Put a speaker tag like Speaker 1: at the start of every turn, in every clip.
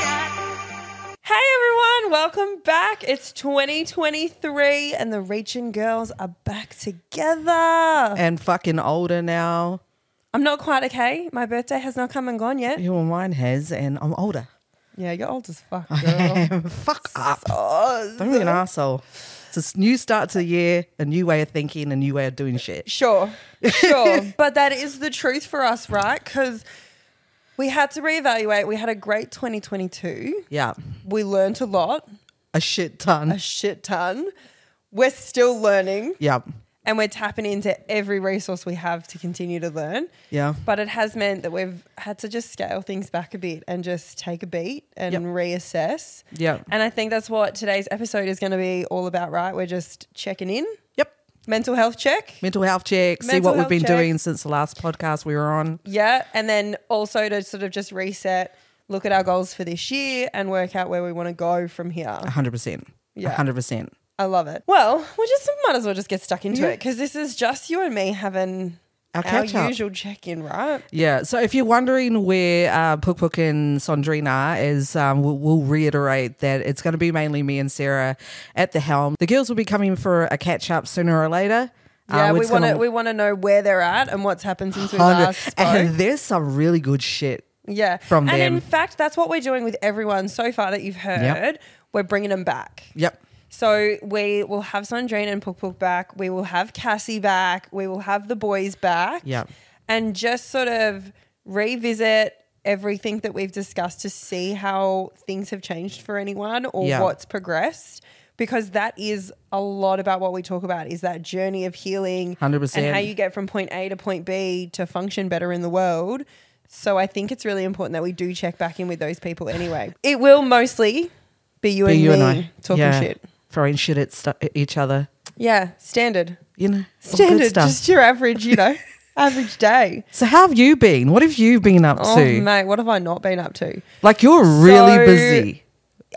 Speaker 1: Hey everyone, welcome back. It's 2023 and the Reaching Girls are back together.
Speaker 2: and fucking older now.
Speaker 1: I'm not quite okay. My birthday has not come and gone yet.
Speaker 2: Your mine has, and I'm older.
Speaker 1: Yeah, you're old as fuck, girl.
Speaker 2: Fuck up. Don't be an asshole. It's a new start to the year, a new way of thinking, a new way of doing shit.
Speaker 1: Sure, sure. but that is the truth for us, right? Because we had to reevaluate. We had a great 2022.
Speaker 2: Yeah,
Speaker 1: We learnt a lot,
Speaker 2: a shit
Speaker 1: a
Speaker 2: ton.
Speaker 1: shit ton. We're still learning
Speaker 2: Yeah,
Speaker 1: and we're tapping into every resource we have to continue to learn.
Speaker 2: yeah,
Speaker 1: But it has meant that we've had to just scale things back a bit and just take a beat and
Speaker 2: Yep.
Speaker 1: reassess.
Speaker 2: yeah.
Speaker 1: And I think that's what today's episode is going to be all about, right? We're just checking in,
Speaker 2: Yep.
Speaker 1: mental health check.
Speaker 2: Mental health check. see
Speaker 1: Mental
Speaker 2: what we've
Speaker 1: health
Speaker 2: been
Speaker 1: check.
Speaker 2: doing since the last podcast we were on.
Speaker 1: Yeah. And then also to sort of just reset, look at our goals for this year and work out where we want to go from here.
Speaker 2: hundred percent.
Speaker 1: Yeah.
Speaker 2: hundred percent.
Speaker 1: I love it. Well, we just might as well just get stuck into it because this is just you and me having
Speaker 2: Our
Speaker 1: our,
Speaker 2: catch up.
Speaker 1: usual check in, right?
Speaker 2: Yeah. So if you're wondering where uh, Puk Puk and Sandrina are, is, um, we'll, we'll reiterate that it's going to be mainly me and Sarah at the helm. The girls will be coming for a catch up sooner or later.
Speaker 1: Yeah,
Speaker 2: Um,
Speaker 1: we
Speaker 2: it's
Speaker 1: want to
Speaker 2: gonna-
Speaker 1: we want to know where they're at and what's happened since we
Speaker 2: Hundred-
Speaker 1: last spoke.
Speaker 2: And there's some really good shit.
Speaker 1: Yeah,
Speaker 2: from
Speaker 1: and in
Speaker 2: them.
Speaker 1: fact, that's what we're doing with everyone so far that you've heard. We're bringing them back.
Speaker 2: Yep.
Speaker 1: So we will have Sandrine and Puk Puk back. We will have Cassie back. We will have the boys back.
Speaker 2: Yeah.
Speaker 1: And just sort of revisit everything that we've discussed to see how things have changed for anyone or
Speaker 2: Yeah.
Speaker 1: what's progressed. Because that is a lot about what we talk about is that journey of healing
Speaker 2: 100%.
Speaker 1: and how you get from point A to point B to function better in the world. So I think it's really important that we do check back in with those people anyway. It will mostly be you,
Speaker 2: But
Speaker 1: and,
Speaker 2: you and
Speaker 1: me
Speaker 2: I
Speaker 1: talking
Speaker 2: yeah,
Speaker 1: shit.
Speaker 2: throwing shit at stu- at each other.
Speaker 1: Yeah, standard.
Speaker 2: You know, all Good
Speaker 1: Standard,
Speaker 2: stuff.
Speaker 1: just your average, you know, average day.
Speaker 2: so how have you been? What have you been up
Speaker 1: Oh,
Speaker 2: to?
Speaker 1: mate, what have I not been up to?
Speaker 2: Like you're really
Speaker 1: So-
Speaker 2: busy.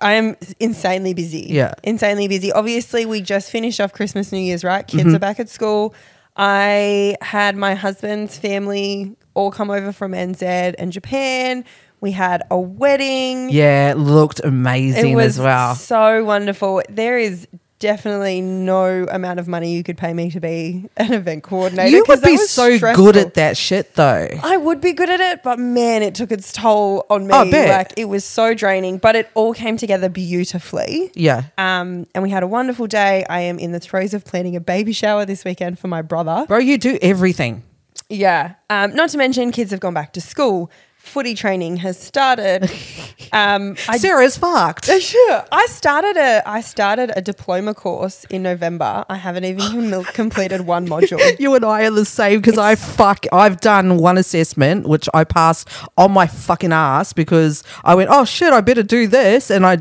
Speaker 1: I am insanely busy.
Speaker 2: Yeah.
Speaker 1: Insanely busy. Obviously, we just finished off Christmas, New Year's, right? Kids
Speaker 2: Mm-hmm.
Speaker 1: are back at school. I had my husband's family all come over from NZ and Japan. We had a wedding.
Speaker 2: Yeah, it looked amazing
Speaker 1: It was
Speaker 2: as well.
Speaker 1: so wonderful. There is definitely no amount of money you could pay me to be an event coordinator.
Speaker 2: You
Speaker 1: 'cause
Speaker 2: would
Speaker 1: that
Speaker 2: be
Speaker 1: was
Speaker 2: so
Speaker 1: stressful.
Speaker 2: good at that shit though.
Speaker 1: I would be good at it, but man, it took its toll on me.
Speaker 2: Oh, I bet.
Speaker 1: Like it was so draining, but it all came together beautifully.
Speaker 2: Yeah.
Speaker 1: Um, and we had a wonderful day. I am in the throes of planning a baby shower this weekend for my brother.
Speaker 2: Bro, you do everything.
Speaker 1: Yeah. Um, not to mention, kids have gone back to school. Footy training has started. um, I
Speaker 2: Sarah's fucked.
Speaker 1: Uh, Sure. I started a I started a diploma course in November. I haven't even com- completed one module.
Speaker 2: You and I are the same because I fuck. I've done one assessment which I passed on my fucking ass because I went, oh shit, I better do this, and I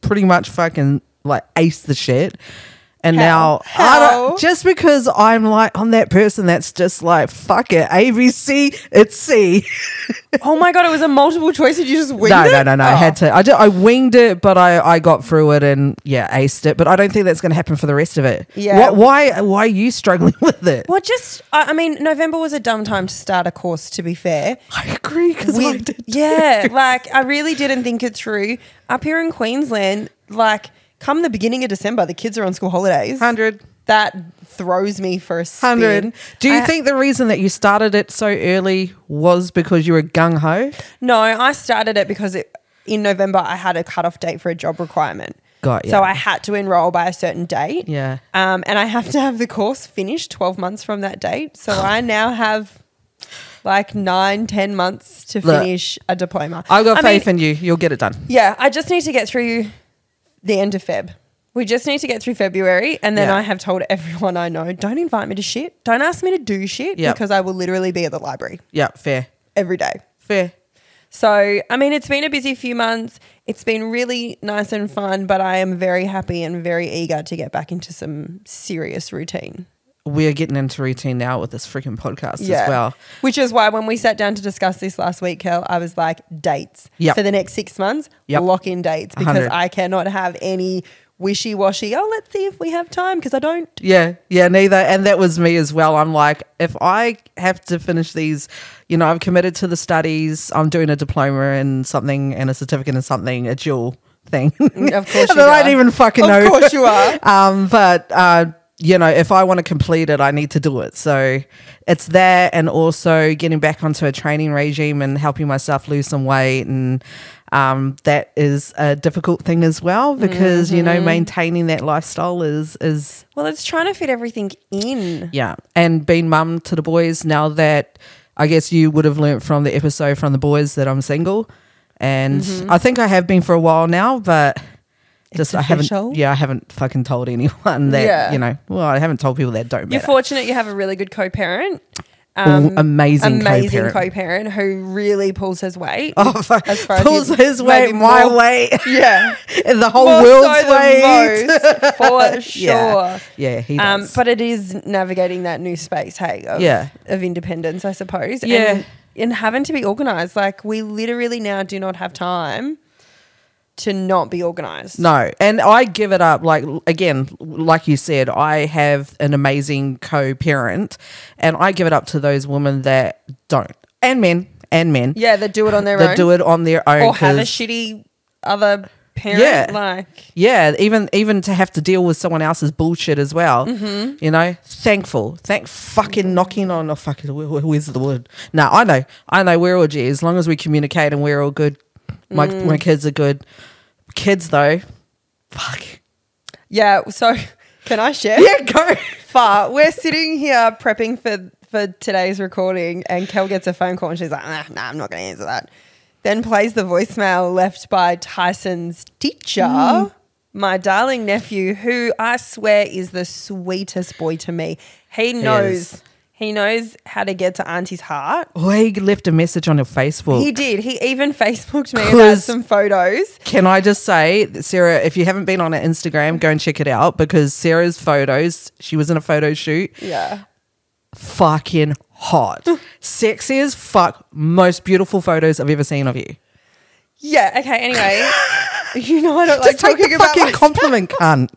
Speaker 2: pretty much fucking like ace the shit. And
Speaker 1: How?
Speaker 2: now, I
Speaker 1: How?
Speaker 2: don't, just because I'm like, I'm that person that's just like, fuck it, A, B, C, it's C.
Speaker 1: Oh my god, it was a multiple choice. Did you just win Oh.
Speaker 2: no, no, no, no. I had to. I, did, I winged it, but I, I got through it and yeah, aced it. But I don't think that's going to happen for the rest of it.
Speaker 1: Yeah.
Speaker 2: What, why? Why are you struggling with it?
Speaker 1: Well, just I, I mean, November was a dumb time to start a course. To be fair,
Speaker 2: I agree because I
Speaker 1: With-
Speaker 2: did.
Speaker 1: yeah, like I really didn't think it through. Up here in Queensland, like come the beginning of December, the kids are on school holidays.
Speaker 2: 100.
Speaker 1: that throws me for a spin.
Speaker 2: Hundred. Do you
Speaker 1: I-
Speaker 2: think the reason that you started it so early was because you were gung ho?
Speaker 1: No, I started it because it, in November I had a cutoff date for a job requirement.
Speaker 2: Got
Speaker 1: So
Speaker 2: ya.
Speaker 1: I had to enroll by a certain date.
Speaker 2: Yeah.
Speaker 1: Um, and I have to have the course finished 12 months from that date. So I now have like nine, 10 months to
Speaker 2: Look,
Speaker 1: finish a diploma.
Speaker 2: I've got
Speaker 1: I mean,
Speaker 2: faith in you. You'll get it done.
Speaker 1: yeah, I just need to get through the end of Feb. We just need to get through February. And then
Speaker 2: Yeah.
Speaker 1: I have told everyone I know don't invite me to shit. Don't ask me to do shit
Speaker 2: Yep.
Speaker 1: because I will literally be at the library
Speaker 2: Yeah. Fair.
Speaker 1: every day.
Speaker 2: Fair.
Speaker 1: So, I mean, it's been a busy few months. It's been really nice and fun, but I am very happy and very eager to get back into some serious routine.
Speaker 2: We're getting into routine now with this freaking podcast as well.
Speaker 1: Which is why when we sat down to discuss this last week, Kel, I was like, dates.
Speaker 2: Yep.
Speaker 1: For the next six months,
Speaker 2: Yep.
Speaker 1: lock in dates because
Speaker 2: 100.
Speaker 1: I cannot have any wishy washy, oh, let's see if we have time because I don't.
Speaker 2: Yeah, yeah, neither. And that was me as well. I'm like, if I have to finish these, you know, I'm committed to the studies, I'm doing a diploma and something and a certificate and something, a dual thing.
Speaker 1: Mm, Of course
Speaker 2: that
Speaker 1: you
Speaker 2: I
Speaker 1: are.
Speaker 2: don't even fucking
Speaker 1: Of
Speaker 2: know.
Speaker 1: course you are.
Speaker 2: um, but uh, you know, if I want to complete it, I need to do it. So it's there, and also getting back onto a training regime and helping myself lose some weight, and um, that is a difficult thing as well because you
Speaker 1: Mm-hmm.
Speaker 2: know maintaining that lifestyle is is
Speaker 1: Well, it's trying to fit everything in.
Speaker 2: yeah, and being mum to the boys now that I guess you would have learnt from the episode from the boys that I'm single, and
Speaker 1: Mm-hmm.
Speaker 2: I think I have been for a while now, but just I
Speaker 1: official?
Speaker 2: haven't. Yeah, I haven't fucking told anyone that
Speaker 1: Yeah.
Speaker 2: you know. Well, I haven't told people that don't
Speaker 1: You're
Speaker 2: matter.
Speaker 1: fortunate you have a really good co parent.
Speaker 2: Ooh, amazing,
Speaker 1: amazing
Speaker 2: co-parent.
Speaker 1: co-parent who really pulls his weight.
Speaker 2: Oh, fuck.
Speaker 1: as far as
Speaker 2: pulls
Speaker 1: you-
Speaker 2: his weight,
Speaker 1: maybe
Speaker 2: my
Speaker 1: more-
Speaker 2: weight,
Speaker 1: Yeah,
Speaker 2: the whole
Speaker 1: More
Speaker 2: world's
Speaker 1: so than
Speaker 2: weight.
Speaker 1: most, for sure.
Speaker 2: Yeah, yeah, he
Speaker 1: Um,
Speaker 2: does.
Speaker 1: but it is navigating that new space, hey, of,
Speaker 2: Yeah.
Speaker 1: of independence, I suppose.
Speaker 2: Yeah.
Speaker 1: And, and having to be organized. Like, we literally now do not have time to not be organized.
Speaker 2: No, and I give it up. Like again, like you said, I have an amazing co-parent, and I give it up to those women that don't, and men, and men.
Speaker 1: Yeah, they do it on their
Speaker 2: that
Speaker 1: own.
Speaker 2: do it on their own.
Speaker 1: or have a
Speaker 2: 'cause-
Speaker 1: shitty other parent.
Speaker 2: Yeah.
Speaker 1: Like,
Speaker 2: yeah, even even to have to deal with someone else's bullshit as well.
Speaker 1: Mm-hmm.
Speaker 2: You know, thankful, thank fucking knocking on a fucking wh- wh- where's the wood? No, I know, I know. We're all G as long as we communicate and we're all good. My
Speaker 1: Mm.
Speaker 2: my kids are good. Kids though, fuck.
Speaker 1: yeah. So, can I share?
Speaker 2: Yeah, go.
Speaker 1: far. We're sitting here prepping for for today's recording, and Kel gets a phone call, and she's like, "Nah, nah I'm not going to answer that." Then plays the voicemail left by Tyson's teacher,
Speaker 2: Hmm.
Speaker 1: my darling nephew, who I swear is the sweetest boy to me. He knows.
Speaker 2: is.
Speaker 1: He knows how to get to Auntie's heart.
Speaker 2: Oh, he left a message on your Facebook.
Speaker 1: He did. He even Facebooked me about
Speaker 2: 'Cause-
Speaker 1: some photos.
Speaker 2: Can I just say, Sarah, if you haven't been on her Instagram, go and check it out because Sarah's photos, she was in a photo shoot,
Speaker 1: Yeah.
Speaker 2: fucking hot. Sexy as fuck. Most beautiful photos I've ever seen of you.
Speaker 1: Yeah. Okay. Anyway, you know I don't like
Speaker 2: Just
Speaker 1: talking
Speaker 2: take the
Speaker 1: about
Speaker 2: fucking
Speaker 1: myself.
Speaker 2: compliment, cunt.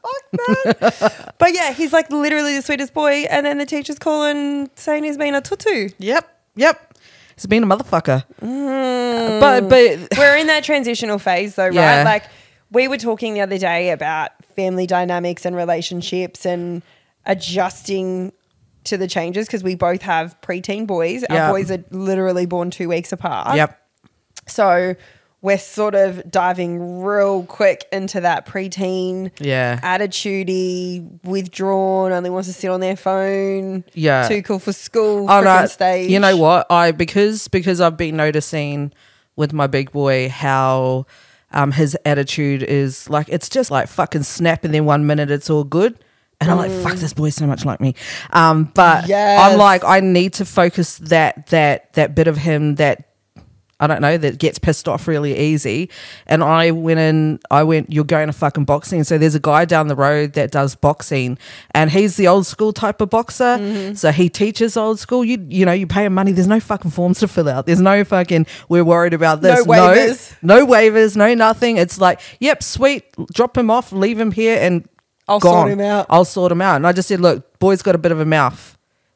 Speaker 1: But yeah, he's like literally the sweetest boy. And then the teacher's calling saying he's been a tutu.
Speaker 2: Yep, yep. He's been a motherfucker.
Speaker 1: Mm.
Speaker 2: But, but,
Speaker 1: We're in that transitional phase though,
Speaker 2: Yeah.
Speaker 1: right? Like we were talking the other day about family dynamics and relationships and adjusting to the changes because we both have preteen boys.
Speaker 2: Yeah.
Speaker 1: Our boys are literally born two weeks apart.
Speaker 2: yep.
Speaker 1: So we're sort of diving real quick into that preteen
Speaker 2: Yeah.
Speaker 1: attitudey, withdrawn, only wants to sit on their phone.
Speaker 2: Yeah.
Speaker 1: Too cool for school.
Speaker 2: Oh
Speaker 1: Oh,
Speaker 2: no!
Speaker 1: stage.
Speaker 2: You know what? I because because I've been noticing with my big boy how um, his attitude is like it's just like fucking snap, and then one minute it's all good, and I'm like, fuck, this boy's so much like me. Um, but I'm
Speaker 1: Mm. Yes.
Speaker 2: like, I need to focus that that that bit of him that. I don't know that gets pissed off really easy, and I went in. I went. You're going to fucking boxing. So there's a guy down the road that does boxing, and he's the old school type of boxer.
Speaker 1: Mm-hmm.
Speaker 2: So he teaches old school. You you know you pay him money. There's no fucking forms to fill out. There's no fucking. We're worried about
Speaker 1: No
Speaker 2: this.
Speaker 1: waivers.
Speaker 2: No, no waivers. No nothing. It's like yep, sweet. Drop him off. Leave him here, and
Speaker 1: I'll
Speaker 2: gone.
Speaker 1: sort him out.
Speaker 2: I'll sort him out. And I just said, look, boy's got a bit of a mouth.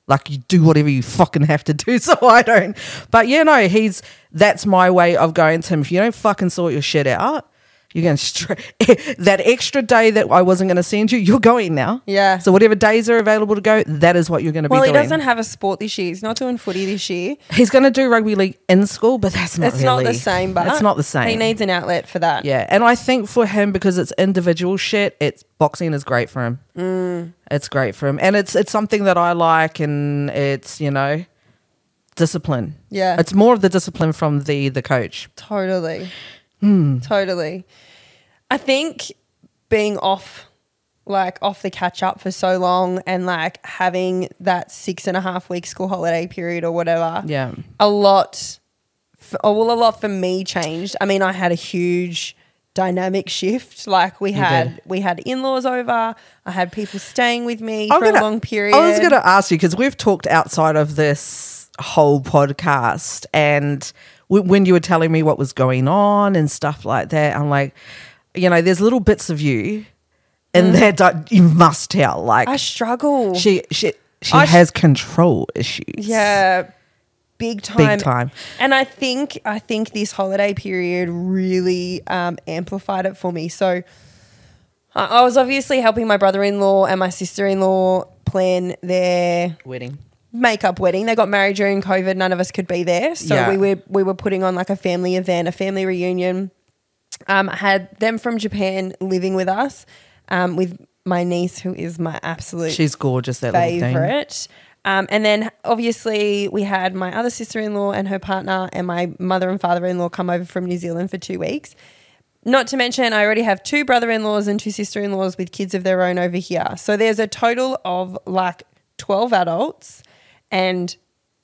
Speaker 2: Like you do whatever you fucking have to do, so I don't. But yeah, no, he's that's my way of going to him. If you don't fucking sort your shit out, you're going straight that extra day that I wasn't going to send you. You're going now.
Speaker 1: Yeah.
Speaker 2: So whatever days are available to go, that is what you're going to
Speaker 1: Well,
Speaker 2: be
Speaker 1: he
Speaker 2: doing.
Speaker 1: doesn't have a sport this year. He's not doing footy this year.
Speaker 2: he's going to do rugby league in school, but that's not
Speaker 1: It's not the
Speaker 2: really-
Speaker 1: same, but
Speaker 2: it's not the same.
Speaker 1: He needs an outlet for that.
Speaker 2: Yeah, and I think for him because it's individual shit, it's boxing is great for him.
Speaker 1: Mm.
Speaker 2: It's great for him, and it's it's something that I like, and it's you know discipline.
Speaker 1: Yeah.
Speaker 2: it's more of the discipline from the the coach.
Speaker 1: Totally.
Speaker 2: Hmm.
Speaker 1: Totally. I think being off, like off the catch up for so long and like having that six and a half week school holiday period or whatever.
Speaker 2: Yeah.
Speaker 1: A lot, f- oh, well, a lot for me changed. I mean, I had a huge dynamic shift. Like we had we had in laws over. I had people staying with me for a long period.
Speaker 2: I was going to ask you because we've talked outside of this whole podcast, and w- when you were telling me what was going on and stuff like that, I'm like, you know, there's little bits of you, and that di- you must tell. Like
Speaker 1: Mm. I struggle.
Speaker 2: she, she, she
Speaker 1: I sh-
Speaker 2: has control issues.
Speaker 1: Yeah. Big time.
Speaker 2: time.
Speaker 1: And I think I think this holiday period really um, amplified it for me. So I, I was obviously helping my brother in law and my sister in law plan their
Speaker 2: wedding.
Speaker 1: makeup wedding. They got married during COVID. None of us could be there, so
Speaker 2: Yeah.
Speaker 1: we were we were putting on like a family event, a family reunion. Um, I had them from Japan living with us, um, with my niece who is my absolute
Speaker 2: She's gorgeous. That little thing.
Speaker 1: favorite. Um, and then obviously we had my other sister in law and her partner and my mother and father in law come over from New Zealand for two weeks. Not to mention, I already have two brother in laws and two sister in laws with kids of their own over here. So there's a total of like 12 adults and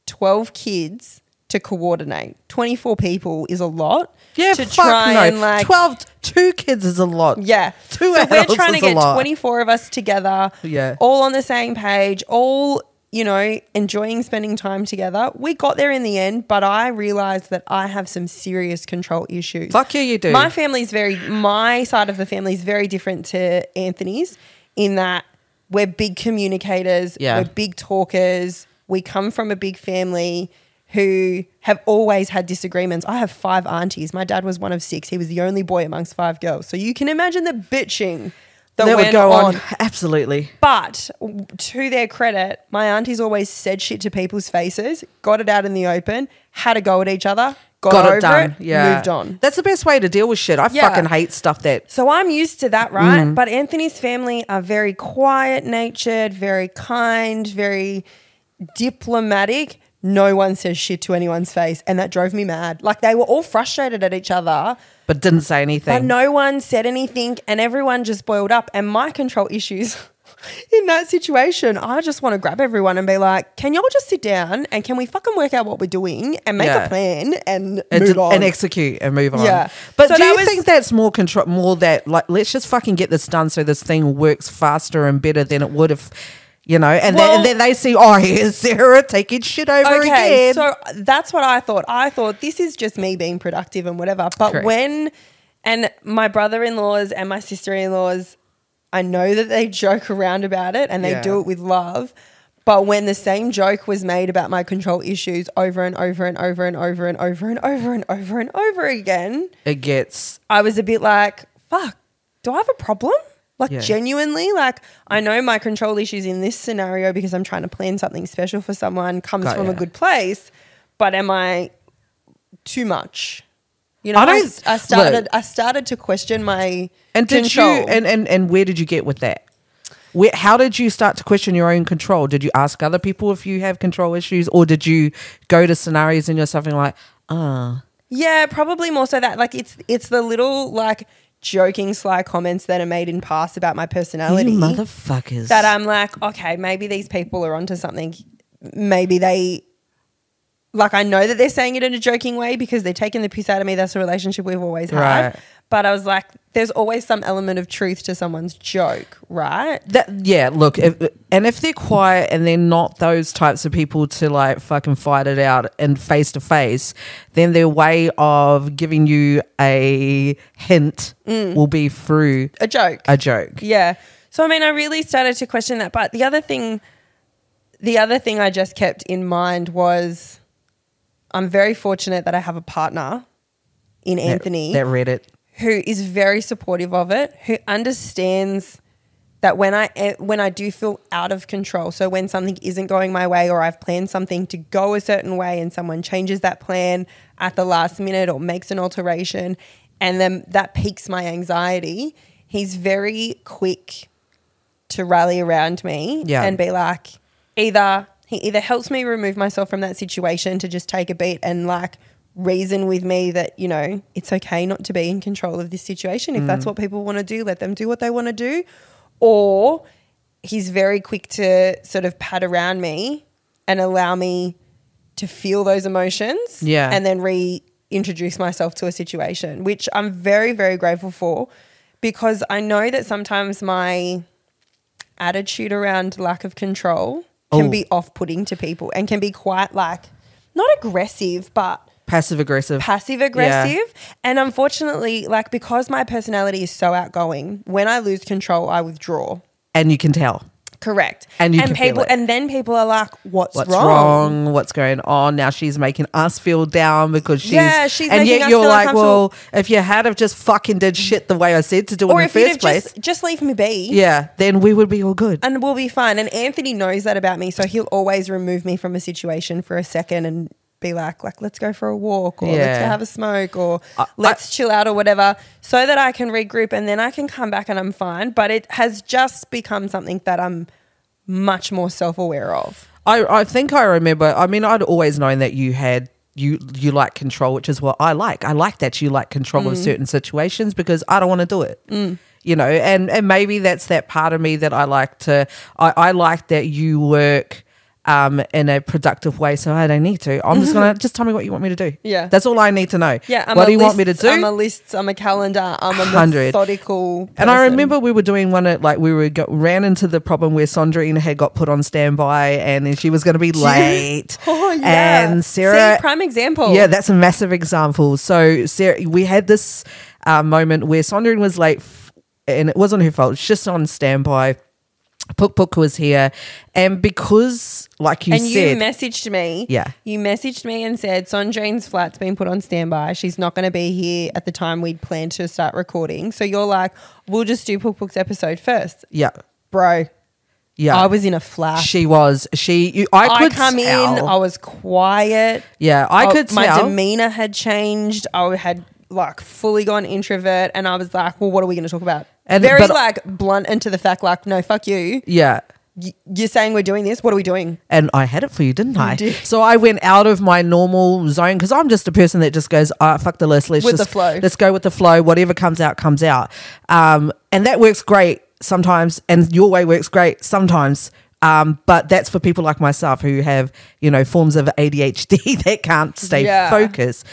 Speaker 1: 12 kids to coordinate. 24 people is a lot.
Speaker 2: Yeah,
Speaker 1: to
Speaker 2: fuck no. Twelve, two kids is a lot.
Speaker 1: yeah.
Speaker 2: Two
Speaker 1: so we're
Speaker 2: adults
Speaker 1: trying to
Speaker 2: is a
Speaker 1: get
Speaker 2: lot.
Speaker 1: 24 of us together.
Speaker 2: Yeah.
Speaker 1: All on the same page, all, you know, enjoying spending time together. We got there in the end, but I realized that I have some serious control issues.
Speaker 2: Fuck yeah, you do.
Speaker 1: My family's very my side of the family is very different to Anthony's in that we're big communicators,
Speaker 2: Yeah.
Speaker 1: we're big talkers, we come from a big family who have always had disagreements. I have five aunties. My dad was one of six. He was the only boy amongst five girls. So you can imagine the bitching that,
Speaker 2: That
Speaker 1: went
Speaker 2: would go
Speaker 1: on.
Speaker 2: on. Absolutely.
Speaker 1: But to their credit, my aunties always said shit to people's faces, got it out in the open, had a go at each other, got,
Speaker 2: got,
Speaker 1: over
Speaker 2: it done. yeah,
Speaker 1: moved on.
Speaker 2: That's the best way to deal with shit. I
Speaker 1: Yeah.
Speaker 2: fucking hate stuff that.
Speaker 1: So I'm used to that, right?
Speaker 2: Mm-hmm.
Speaker 1: But Anthony's family are very quiet natured, very kind, very diplomatic. No one says shit to anyone's face. And that drove me mad. Like they were all frustrated at each other,
Speaker 2: But didn't say
Speaker 1: but
Speaker 2: anything.
Speaker 1: no one said anything and everyone just boiled up. And my control issues in that situation, I just want to grab everyone and be like, can y'all just sit down and can we fucking work out what we're doing and make
Speaker 2: Yeah.
Speaker 1: a plan and
Speaker 2: and,
Speaker 1: move
Speaker 2: did-
Speaker 1: on?
Speaker 2: and execute and move on.
Speaker 1: Yeah.
Speaker 2: But
Speaker 1: So
Speaker 2: do
Speaker 1: that
Speaker 2: you
Speaker 1: was-
Speaker 2: think that's more control? More that like, let's just fucking get this done so this thing works faster and better than it would if, you know. And, then,
Speaker 1: Well-
Speaker 2: and then they see, oh, here's Sarah taking shit over
Speaker 1: okay,
Speaker 2: again.
Speaker 1: so that's what I thought. I thought this is just me being productive and whatever. But
Speaker 2: Correct.
Speaker 1: when and my brother-in-laws and my sister-in-laws, I know that they joke around about it and they
Speaker 2: Yeah.
Speaker 1: do it with love. But when the same joke was made about my control issues over and over and over and over and over and over and over and over again,
Speaker 2: it gets
Speaker 1: I was a bit like, fuck, do I have a problem? Like,
Speaker 2: Yeah.
Speaker 1: genuinely, like, I know my control issues in this scenario because I'm trying to plan something special for someone comes
Speaker 2: Got
Speaker 1: from
Speaker 2: ya.
Speaker 1: a good place, but am I too much? You know,
Speaker 2: I
Speaker 1: I,
Speaker 2: don't-
Speaker 1: s- I started,
Speaker 2: look.
Speaker 1: I started to question my
Speaker 2: and did
Speaker 1: control.
Speaker 2: you and, and and where did you get with that? Where, how did you start to question your own control? Did you ask other people if you have control issues, or did you go to scenarios in yourself and like, ah,
Speaker 1: Yeah, probably more so that like it's it's the little like joking sly comments that are made in past about my personality.
Speaker 2: you motherfuckers?
Speaker 1: Oh, that uh, I'm like, okay, maybe these people are onto something. Maybe they, like, I know that they're saying it in a joking way because they're taking the piss out of me. That's a relationship we've always had.
Speaker 2: Right.
Speaker 1: But I was like, there's always some element of truth to someone's joke, right?
Speaker 2: That yeah, look, if, and if they're quiet and they're not those types of people to like fucking fight it out and face to face, then their way of giving you a hint will be through
Speaker 1: A joke.
Speaker 2: a joke.
Speaker 1: Yeah. So I mean, I really started to question that. But the other thing, the other thing I just kept in mind was, I'm very fortunate that I have a partner in Anthony
Speaker 2: that, that read it.
Speaker 1: who is very supportive of it, who understands that when I eh, when I do feel out of control, so when something isn't going my way or I've planned something to go a certain way and someone changes that plan at the last minute or makes an alteration and then that piques my anxiety, he's very quick to rally around me
Speaker 2: Yeah.
Speaker 1: and be like either he either helps me remove myself from that situation to just take a beat and like reason with me that you know it's okay not to be in control of this situation if
Speaker 2: Mm.
Speaker 1: that's what people want to do let them do what they want to do or he's very quick to sort of pat around me and allow me to feel those emotions
Speaker 2: Yeah.
Speaker 1: and then re introduce myself to a situation, which I'm very, very grateful for because I know that sometimes my attitude around lack of control can
Speaker 2: Oh.
Speaker 1: be off putting to people and can be quite like not aggressive, but
Speaker 2: Passive aggressive.
Speaker 1: passive aggressive. And unfortunately, like because my personality is so outgoing, when I lose control, I withdraw.
Speaker 2: and you can tell.
Speaker 1: Correct.
Speaker 2: And you can feel
Speaker 1: people
Speaker 2: it.
Speaker 1: and then people are like, What's,
Speaker 2: What's
Speaker 1: wrong?
Speaker 2: wrong? What's going on? Now she's making us feel down because she's
Speaker 1: Yeah, she's
Speaker 2: and
Speaker 1: making
Speaker 2: yet
Speaker 1: us
Speaker 2: you're
Speaker 1: feel
Speaker 2: like, well, if you had have just fucking did shit the way I said to do
Speaker 1: Or
Speaker 2: it in the
Speaker 1: if you'd
Speaker 2: first
Speaker 1: have
Speaker 2: place,
Speaker 1: just just leave me be.
Speaker 2: yeah, then we would be all good.
Speaker 1: And we'll be fine. And Anthony knows that about me, so he'll always remove me from a situation for a second and be like, like, let's go for a walk or let's go
Speaker 2: Yeah.
Speaker 1: have a smoke or let's chill out or whatever, so that I can regroup and then I can come back and I'm fine. But it has just become something that I'm much more self aware of.
Speaker 2: I, I think I remember. I mean, I'd always known that you had you you like control, which is what I like. I like that you like control of
Speaker 1: Mm.
Speaker 2: certain situations because I don't want to do it. You know, and and maybe that's that part of me that I like to. I, I like that you work. Um, in a productive way, so I don't need to. I'm just gonna just tell me what you want me to do.
Speaker 1: Yeah.
Speaker 2: that's all I need to know.
Speaker 1: Yeah.
Speaker 2: what
Speaker 1: a
Speaker 2: do you want me to
Speaker 1: list-
Speaker 2: do?
Speaker 1: I'm a list, I'm a calendar, I'm a
Speaker 2: 100.
Speaker 1: methodical.
Speaker 2: And I
Speaker 1: person.
Speaker 2: remember we were doing one at like we were got, ran into the problem where Sandrine had got put on standby and then she was going to be late.
Speaker 1: Oh yeah.
Speaker 2: And
Speaker 1: See,
Speaker 2: Sarah,
Speaker 1: prime example.
Speaker 2: yeah, that's a massive example. So Sarah, we had this uh, moment where Sandrine was late, f- and it wasn't her fault. It's just on standby. Puk Puk was here, and because like you
Speaker 1: and you
Speaker 2: said,
Speaker 1: messaged me.
Speaker 2: Yeah.
Speaker 1: You messaged me and said Sondrine's flat's been put on standby. She's not going to be here at the time we'd planned to start recording. So you're like, we'll just do Pook Book's episode first.
Speaker 2: yeah,
Speaker 1: Bro,
Speaker 2: yeah,
Speaker 1: I was in a flash.
Speaker 2: She was. She. You, I,
Speaker 1: I,
Speaker 2: could
Speaker 1: come in,
Speaker 2: tell.
Speaker 1: I was quiet.
Speaker 2: yeah, I
Speaker 1: Oh,
Speaker 2: could.
Speaker 1: My
Speaker 2: tell.
Speaker 1: demeanor had changed. I had like fully gone introvert and I was like, well, what are we going to talk about?
Speaker 2: And-
Speaker 1: Very
Speaker 2: but-
Speaker 1: like blunt and to the fact, like, no, fuck you.
Speaker 2: Yeah.
Speaker 1: Y- You're saying we're doing this. What are we doing?
Speaker 2: and I had it for you, didn't I?
Speaker 1: did.
Speaker 2: So I went out of my normal zone because I'm just a person that just goes, ah, fuck the list. Let's
Speaker 1: With the
Speaker 2: just
Speaker 1: flow.
Speaker 2: Let's go with the flow. Whatever comes out, comes out. Um, and that works great sometimes, and your way works great sometimes. Um, but that's for people like myself who have, you know, forms of ADHD that can't stay
Speaker 1: Yeah.
Speaker 2: focused.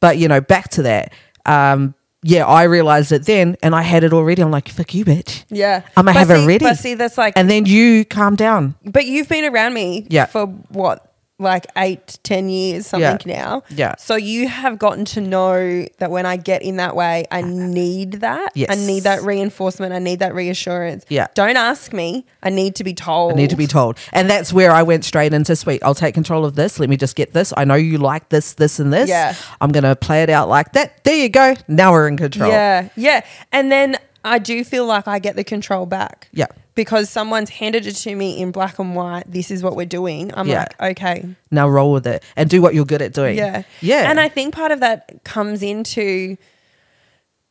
Speaker 2: But you know, back to that. Um, yeah, I realized it then, and I had it already. I'm like, fuck you, bitch.
Speaker 1: Yeah.
Speaker 2: I'm gonna
Speaker 1: But
Speaker 2: have
Speaker 1: see-
Speaker 2: it ready.
Speaker 1: But see, that's like,
Speaker 2: and then you calm down.
Speaker 1: but you've been around me
Speaker 2: Yeah.
Speaker 1: for what like eight ten years something
Speaker 2: Yeah.
Speaker 1: now
Speaker 2: Yeah.
Speaker 1: so you have gotten to know that when i get in that way i need that i
Speaker 2: Yes.
Speaker 1: need that reinforcement i need that reassurance
Speaker 2: Yeah.
Speaker 1: don't ask me i need to be told
Speaker 2: I need to be told. And that's where I went straight into sweet. I'll take control of this. Let me just get this. I know you like this, this, and this.
Speaker 1: Yeah.
Speaker 2: I'm going to play it out like that. There you go. Now we're in control.
Speaker 1: yeah yeah and then i do feel like i get the control back
Speaker 2: Yeah.
Speaker 1: because someone's handed it to me in black and white this is what we're doing i'm
Speaker 2: Yeah.
Speaker 1: like okay
Speaker 2: Now roll with it and do what you're good at doing.
Speaker 1: Yeah.
Speaker 2: Yeah.
Speaker 1: And I think part of that comes into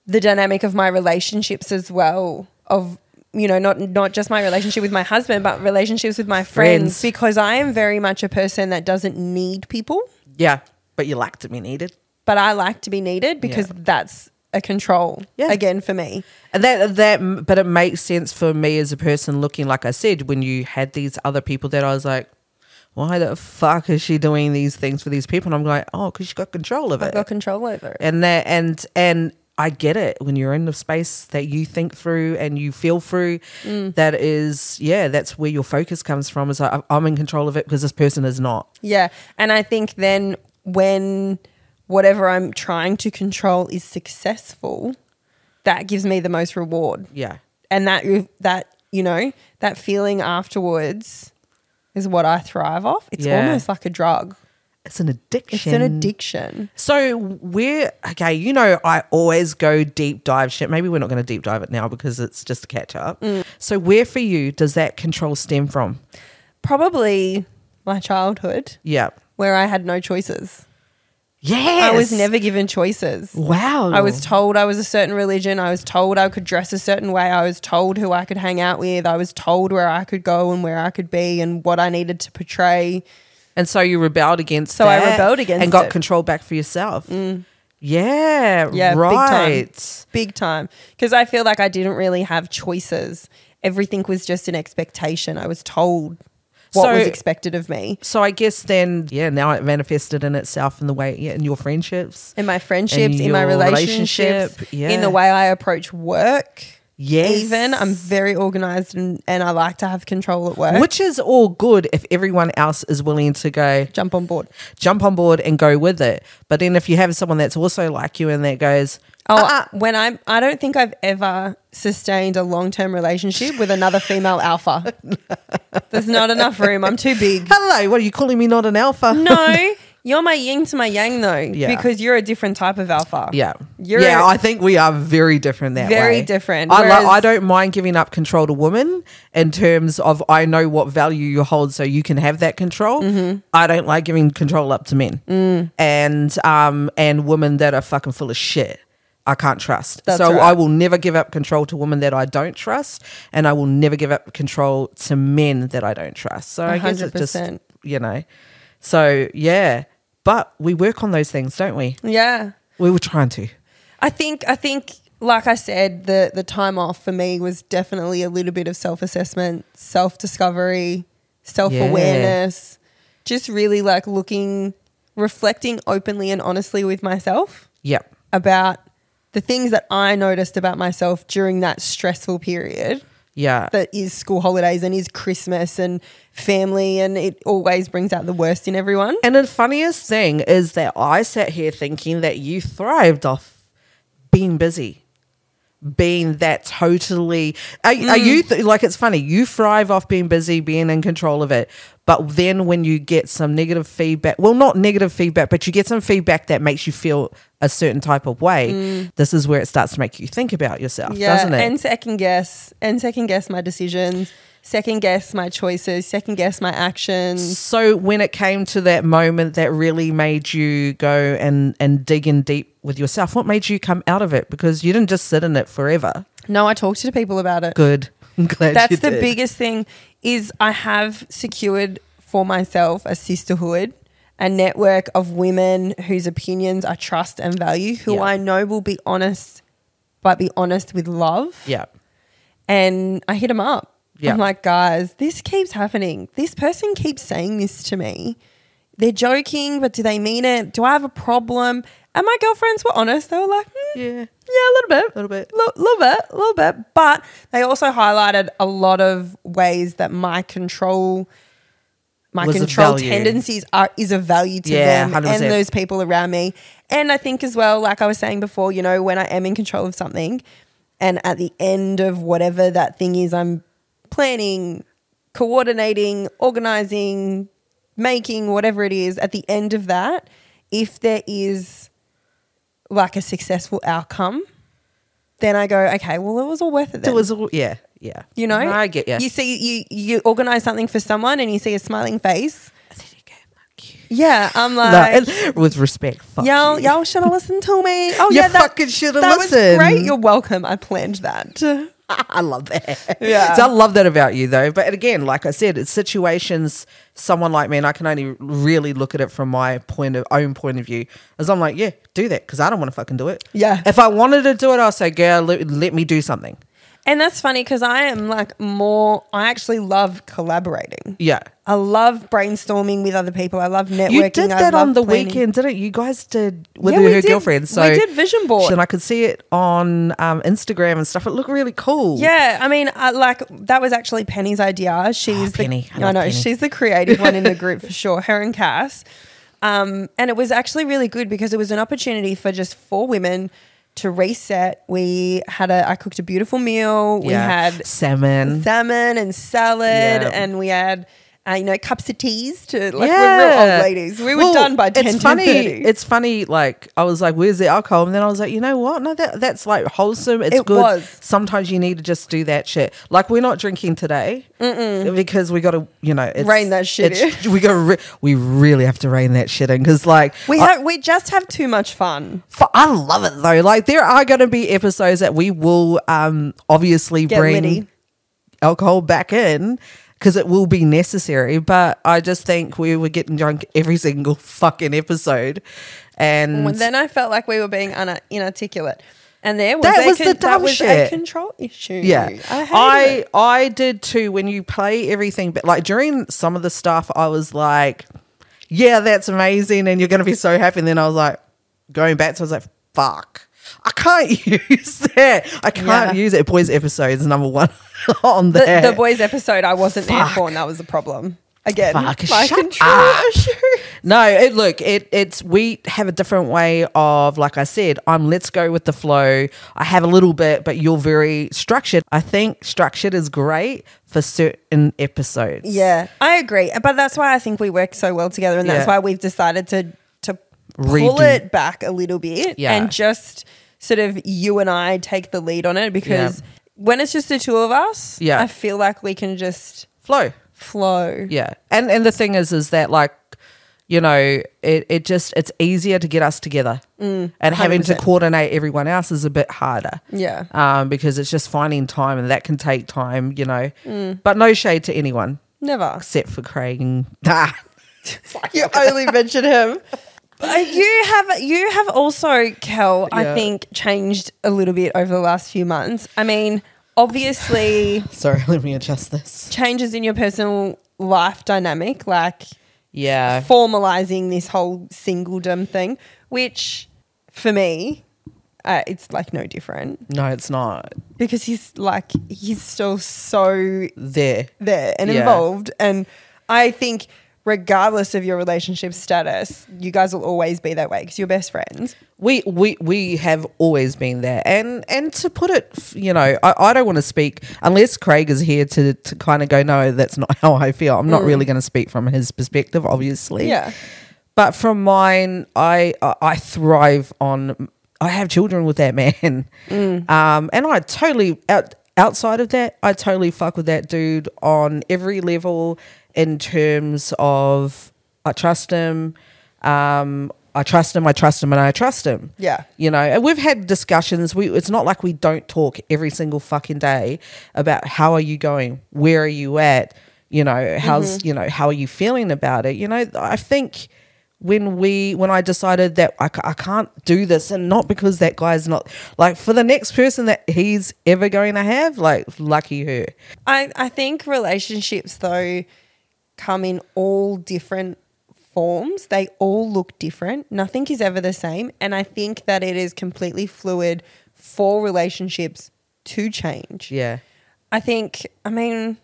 Speaker 1: the dynamic of my relationships as well of you know not not just my relationship with my husband but relationships with my friends,
Speaker 2: Friends.
Speaker 1: because I am very much a person that doesn't need people
Speaker 2: yeah. But you liked it, me needed.
Speaker 1: but I like to be needed because
Speaker 2: Yeah.
Speaker 1: that's a control
Speaker 2: Yeah.
Speaker 1: again for me.
Speaker 2: And that that but it makes sense for me as a person looking like I said when you had these other people that I was like why the fuck is she doing these things for these people and I'm like oh cuz she got control of it
Speaker 1: I've got control over it.
Speaker 2: and that and and I get it when you're in the space that you think through and you feel through.
Speaker 1: Mm.
Speaker 2: That is, yeah, that's where your focus comes from. Is like I- I'm in control of it because this person is not.
Speaker 1: Yeah. And I think then when whatever I'm trying to control is successful, that gives me the most reward.
Speaker 2: Yeah,
Speaker 1: and that that you know that feeling afterwards is what I thrive off. It's
Speaker 2: Yeah.
Speaker 1: almost like a drug.
Speaker 2: it's an addiction.
Speaker 1: It's an addiction.
Speaker 2: So we're okay. You know, I always go deep dive shit. Maybe we're not going to deep dive it now because it's just a catch up.
Speaker 1: Mm.
Speaker 2: So where for you does that control stem from?
Speaker 1: Probably my childhood
Speaker 2: Yeah.
Speaker 1: where I had no choices.
Speaker 2: Yes.
Speaker 1: I was never given choices.
Speaker 2: Wow.
Speaker 1: I was told I was a certain religion. I was told I could dress a certain way. I was told who I could hang out with. I was told where I could go and where I could be and what I needed to portray.
Speaker 2: And so you rebelled against
Speaker 1: So I
Speaker 2: that
Speaker 1: rebelled against
Speaker 2: and got
Speaker 1: it. Mm.
Speaker 2: control back for yourself. Yeah,
Speaker 1: Yeah, big time.
Speaker 2: right.
Speaker 1: big time because I feel like I didn't really have choices. Everything was just an expectation. I was told what
Speaker 2: So-
Speaker 1: was expected of me
Speaker 2: So I guess then, yeah, now it manifested in itself in the way, yeah, in your friendships.
Speaker 1: in my friendships, in, my
Speaker 2: your
Speaker 1: relationships,
Speaker 2: relationship, yeah.
Speaker 1: in the way I approach work.
Speaker 2: Yes.
Speaker 1: Even I'm very organized and, and I like to have control at work.
Speaker 2: Which is all good if everyone else is willing to go
Speaker 1: jump on board.
Speaker 2: jump on board and go with it. But then if you have someone that's also like you and that goes, "Uh-uh,
Speaker 1: Oh, when I'm, I don't think I've ever sustained a long term relationship with another female alpha. There's not enough room. I'm too big.
Speaker 2: hello, what are you calling me not an alpha?
Speaker 1: No, you're my yin to my yang though, because you're a different type of alpha.
Speaker 2: Yeah.
Speaker 1: you're
Speaker 2: yeah,
Speaker 1: a-
Speaker 2: I think we are very different that way.
Speaker 1: Very different,
Speaker 2: I,
Speaker 1: whereas-
Speaker 2: lo- I don't mind giving up control to women in terms of I know what value you hold so you can have that control.
Speaker 1: Mm-hmm.
Speaker 2: I don't like giving control up to men.
Speaker 1: Mm.
Speaker 2: And um and women that are fucking full of shit. I can't trust.
Speaker 1: That's
Speaker 2: so
Speaker 1: right.
Speaker 2: I will never give up control to women that I don't trust and I will never give up control to men that I don't trust. So I guess it just
Speaker 1: 100%.
Speaker 2: you know. So yeah. But we work on those things, don't we?
Speaker 1: yeah.
Speaker 2: We were trying to.
Speaker 1: I think I think like I said, the the time off for me was definitely a little bit of self assessment, self discovery, self awareness, just really like looking, reflecting openly and honestly with myself
Speaker 2: Yep.
Speaker 1: about the things that I noticed about myself during that stressful period
Speaker 2: Yeah.
Speaker 1: that is school holidays and is Christmas and family and it always brings out the worst in everyone.
Speaker 2: and the funniest thing is that I sat here thinking that you thrived off being busy, being that totally. Are, are you th- like it's funny? You thrive off being busy, being in control of it. But then when you get some negative feedback, well, not negative feedback, but you get some feedback that makes you feel a certain type of way. This is where it starts to make you think about yourself, doesn't it?
Speaker 1: And second guess and second guess my decisions, second guess my choices, second guess my actions.
Speaker 2: So when it came to that moment that really made you go and and dig in deep with yourself, what made you come out of it? Because you didn't just sit in it forever.
Speaker 1: No, I talk to people about it.
Speaker 2: Good. I'm glad you
Speaker 1: That's the
Speaker 2: did.
Speaker 1: biggest thing is I have secured for myself a sisterhood, a network of women whose opinions I trust and value, who
Speaker 2: Yeah.
Speaker 1: I know will be honest but be honest with love.
Speaker 2: Yeah.
Speaker 1: and I hit them up.
Speaker 2: Yeah.
Speaker 1: I'm like, guys, this keeps happening. This person keeps saying this to me. They're joking, but do they mean it? Do I have a problem? And my girlfriends were honest. They were like, "Hmm,
Speaker 2: Yeah.
Speaker 1: yeah, a little bit,
Speaker 2: Little bit.
Speaker 1: little, little bit, a little bit. But they also highlighted a lot of ways that my control, my
Speaker 2: Was of
Speaker 1: control
Speaker 2: value.
Speaker 1: tendencies are is of value to
Speaker 2: Yeah,
Speaker 1: them
Speaker 2: 100%.
Speaker 1: and those people around me. And I think as well, like I was saying before, you know, when I am in control of something, and at the end of whatever that thing is, I'm planning, coordinating, organizing, making whatever it is. At the end of that, if there is like a successful outcome, then I go, okay, well, it was all worth it. Then.
Speaker 2: It was all yeah, yeah.
Speaker 1: you know,
Speaker 2: I get you.
Speaker 1: You see, you you organize something for someone, and you see a smiling face.
Speaker 2: I said you gave my cue.
Speaker 1: Yeah, I'm like,
Speaker 2: No, and- with respect, fuck
Speaker 1: y'all,
Speaker 2: you.
Speaker 1: y'all should have listened to me. Oh
Speaker 2: You
Speaker 1: yeah, that,
Speaker 2: fucking shoulda
Speaker 1: that was
Speaker 2: listened.
Speaker 1: great. You're welcome. I planned that.
Speaker 2: I love that.
Speaker 1: Yeah.
Speaker 2: So I love that about you though. But again, like I said, it's situations someone like me and I can only really look at it from my point of own point of view. As I'm like, yeah, do that because I don't want to fucking do it.
Speaker 1: Yeah.
Speaker 2: If I wanted to do it, I'll say, girl, let, let me do something.
Speaker 1: And that's funny because I am like more. I actually love collaborating.
Speaker 2: Yeah.
Speaker 1: I love brainstorming with other people. I love networking.
Speaker 2: You did
Speaker 1: I
Speaker 2: that
Speaker 1: love
Speaker 2: on the
Speaker 1: planning.
Speaker 2: weekend, didn't you? You guys did with
Speaker 1: Yeah,
Speaker 2: her,
Speaker 1: we
Speaker 2: her
Speaker 1: did-
Speaker 2: girlfriend. So
Speaker 1: we did vision board.
Speaker 2: and I could see it on um, Instagram and stuff. It looked really cool.
Speaker 1: Yeah, I mean, I, like that was actually Penny's idea. She's the,
Speaker 2: Oh, Penny. I
Speaker 1: I,
Speaker 2: love
Speaker 1: know
Speaker 2: Penny.
Speaker 1: she's the creative one in the group for sure. Her and Cass, um, and it was actually really good because it was an opportunity for just four women to reset. We had a, I cooked a beautiful meal. We
Speaker 2: Yeah.
Speaker 1: had
Speaker 2: salmon.
Speaker 1: salmon and salad,
Speaker 2: Yeah.
Speaker 1: and we had. Uh, you know, cups of teas to like we're real old ladies. We were
Speaker 2: Well,
Speaker 1: done by ten
Speaker 2: It's funny. It's funny. Like I was like, "Where's the alcohol?" And then I was like, "You know what? No, that that's like wholesome. It's
Speaker 1: It
Speaker 2: good.
Speaker 1: was.
Speaker 2: Sometimes you need to just do that shit. Like we're not drinking today because we got to, you know, it's,
Speaker 1: Rein that shit
Speaker 2: it's- We got. Re- we really have to rein that shit in because, like,
Speaker 1: we
Speaker 2: I-
Speaker 1: ha- we just have too much fun.
Speaker 2: Fu- I love it though. Like there are going to be episodes that we will um obviously
Speaker 1: Get
Speaker 2: bring
Speaker 1: litty.
Speaker 2: alcohol back in because it will be necessary. But I just think we were getting drunk every single fucking episode, and
Speaker 1: Well, then I felt like we were being una- inarticulate. And there was
Speaker 2: That
Speaker 1: a
Speaker 2: was the
Speaker 1: that
Speaker 2: dumb
Speaker 1: was a
Speaker 2: shit.
Speaker 1: control issue.
Speaker 2: Yeah.
Speaker 1: I hated
Speaker 2: I
Speaker 1: it.
Speaker 2: I did too when you play everything but like during some of the stuff I was like yeah that's amazing and you're going to be so happy and then I was like going back to I was like fuck I can't use that. I can't
Speaker 1: Yeah.
Speaker 2: use it. Boys episodes number 1 on
Speaker 1: the,
Speaker 2: that.
Speaker 1: the boys episode I wasn't there for, and that was the problem. Again,
Speaker 2: Fuck,
Speaker 1: my
Speaker 2: shut
Speaker 1: control
Speaker 2: up.
Speaker 1: issue.
Speaker 2: No, it look, it it's we have a different way of like I said, I'm let's go with the flow. I have a little bit, but you're very structured. I think structured is great for certain episodes.
Speaker 1: Yeah, I agree, but that's why I think we work so well together, and that's
Speaker 2: Yeah.
Speaker 1: why we've decided to to pull
Speaker 2: Redo.
Speaker 1: it back a little bit
Speaker 2: Yeah.
Speaker 1: and just sort of you and I take the lead on it because when it's just the two of us,
Speaker 2: Yeah.
Speaker 1: I feel like we can just
Speaker 2: Flow.
Speaker 1: flow.
Speaker 2: Yeah. And and the thing is is that like you know, it, it just it's easier to get us together.
Speaker 1: Mm,
Speaker 2: and having to
Speaker 1: 100%.
Speaker 2: coordinate everyone else is a bit harder.
Speaker 1: Yeah.
Speaker 2: Um, because it's just finding time and that can take time, you know.
Speaker 1: Mm.
Speaker 2: But no shade to anyone
Speaker 1: Never.
Speaker 2: except for Craig and ah.
Speaker 1: you only mention him. Uh, you have you have also, Kel, I
Speaker 2: Yeah.
Speaker 1: think, changed a little bit over the last few months. I mean, obviously,
Speaker 2: Sorry, let me adjust this.
Speaker 1: changes in your personal life dynamic, like
Speaker 2: Yeah.
Speaker 1: formalizing this whole singledom thing, which for me, uh, it's like no different
Speaker 2: No, it's not
Speaker 1: because he's like he's still so
Speaker 2: there.
Speaker 1: there and
Speaker 2: Yeah.
Speaker 1: involved. And I think, regardless of your relationship status, you guys will always be that way because you're best friends.
Speaker 2: We we we have always been there, and and to put it, f- you know, I, I don't want to speak unless Craig is here to to kind of go. No, that's not how I feel. I'm not really going to speak from his perspective, obviously.
Speaker 1: Yeah.
Speaker 2: But from mine, I I- I thrive on. I have children with that man, um, and I totally out, outside of that, I totally fuck with that dude on every level. In terms of, I trust him. Um, I trust him. I trust him, and I trust him.
Speaker 1: Yeah.
Speaker 2: You know, and we've had discussions. We it's not like we don't talk every single fucking day about how are you going, where are you at, you know, how's you know how are you feeling about it. You know, I think when we when I decided that I, ca- I can't do this, and not because that guy's not like for the next person that he's ever going to have, like lucky her.
Speaker 1: I, I think relationships, though, come in all different forms. They all look different. Nothing is ever the same. And I think that it is completely fluid for relationships to change.
Speaker 2: Yeah.
Speaker 1: I think, I mean,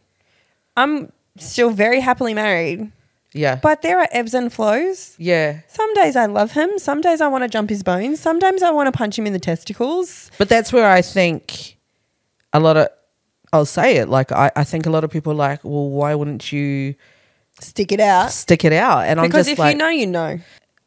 Speaker 1: I'm still very happily married,
Speaker 2: Yeah.
Speaker 1: but there are ebbs and flows.
Speaker 2: yeah.
Speaker 1: Some days I love him. Some days I want to jump his bones. Sometimes I want to punch him in the testicles.
Speaker 2: But that's where I think a lot of I'll say it like I, I think a lot of people are like, well, why wouldn't you
Speaker 1: Stick it out.
Speaker 2: stick it out? And I'm
Speaker 1: Because
Speaker 2: just
Speaker 1: if
Speaker 2: like,
Speaker 1: you know, you know.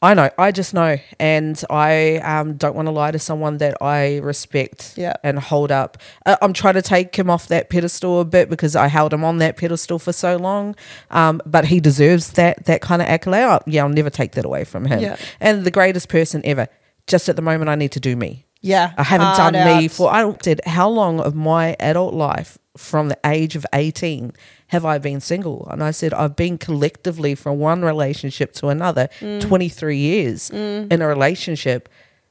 Speaker 2: I know, I just know, and I um, don't want to lie to someone that I respect
Speaker 1: Yeah.
Speaker 2: and hold up. Uh, I'm trying to take him off that pedestal a bit because I held him on that pedestal for so long, um, but he deserves that that kind of accolade. I- Yeah, I'll never take that away from him.
Speaker 1: Yeah.
Speaker 2: And the greatest person ever. Just at the moment, I need to do me.
Speaker 1: Yeah.
Speaker 2: I haven't
Speaker 1: hard
Speaker 2: done me
Speaker 1: out.
Speaker 2: for I don't did how long of my adult life from the age of 18 have I been single? And I said I've been collectively from one relationship to another
Speaker 1: Mm.
Speaker 2: 23 years in a relationship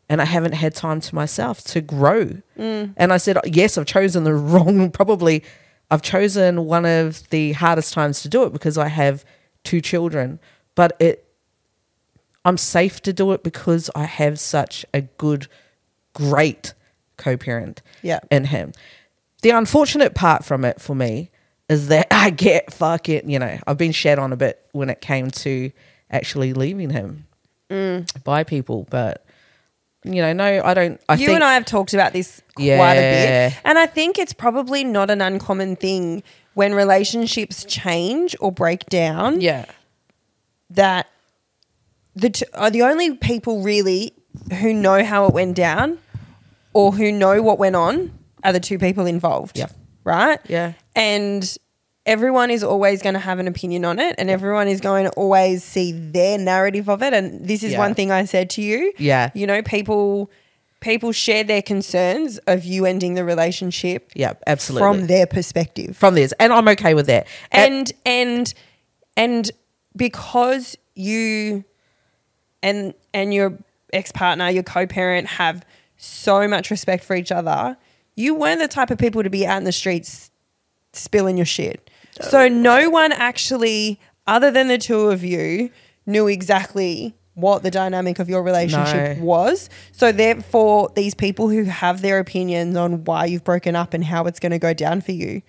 Speaker 2: and I haven't had time to myself to grow.
Speaker 1: Mm.
Speaker 2: And I said yes, I've chosen the wrong probably I've chosen one of the hardest times to do it because I have two children, but it I'm safe to do it because I have such a good, great co parent
Speaker 1: Yeah.
Speaker 2: in him. The unfortunate part from it for me is that I get fuck it, you know, I've been shat on a bit when it came to actually leaving him
Speaker 1: Mm.
Speaker 2: by people, but you know, no, I don't I
Speaker 1: you
Speaker 2: think
Speaker 1: and I have talked about this quite a
Speaker 2: Yeah.
Speaker 1: bit. And I think it's probably not an uncommon thing when relationships change or break down
Speaker 2: Yeah.
Speaker 1: that the, t- are the only people really who know how it went down or who know what went on are the two people involved.
Speaker 2: Yeah.
Speaker 1: Right?
Speaker 2: Yeah.
Speaker 1: And everyone is always going to have an opinion on it and everyone is going to always see their narrative of it. And this is
Speaker 2: Yeah.
Speaker 1: one thing I said to you.
Speaker 2: Yeah.
Speaker 1: You know, people people share their concerns of you ending the relationship
Speaker 2: Yeah, absolutely.
Speaker 1: from
Speaker 2: From
Speaker 1: their perspective
Speaker 2: from this. And I'm okay with that. At-
Speaker 1: and and and because you and and your ex-partner your co-parent have so much respect for each other. You weren't the type of people to be out in the streets spilling your shit. So no one actually, other than the two of you, knew exactly what the dynamic of your relationship
Speaker 2: No.
Speaker 1: was. So therefore, these people who have their opinions on why you've broken up and how it's going to go down for you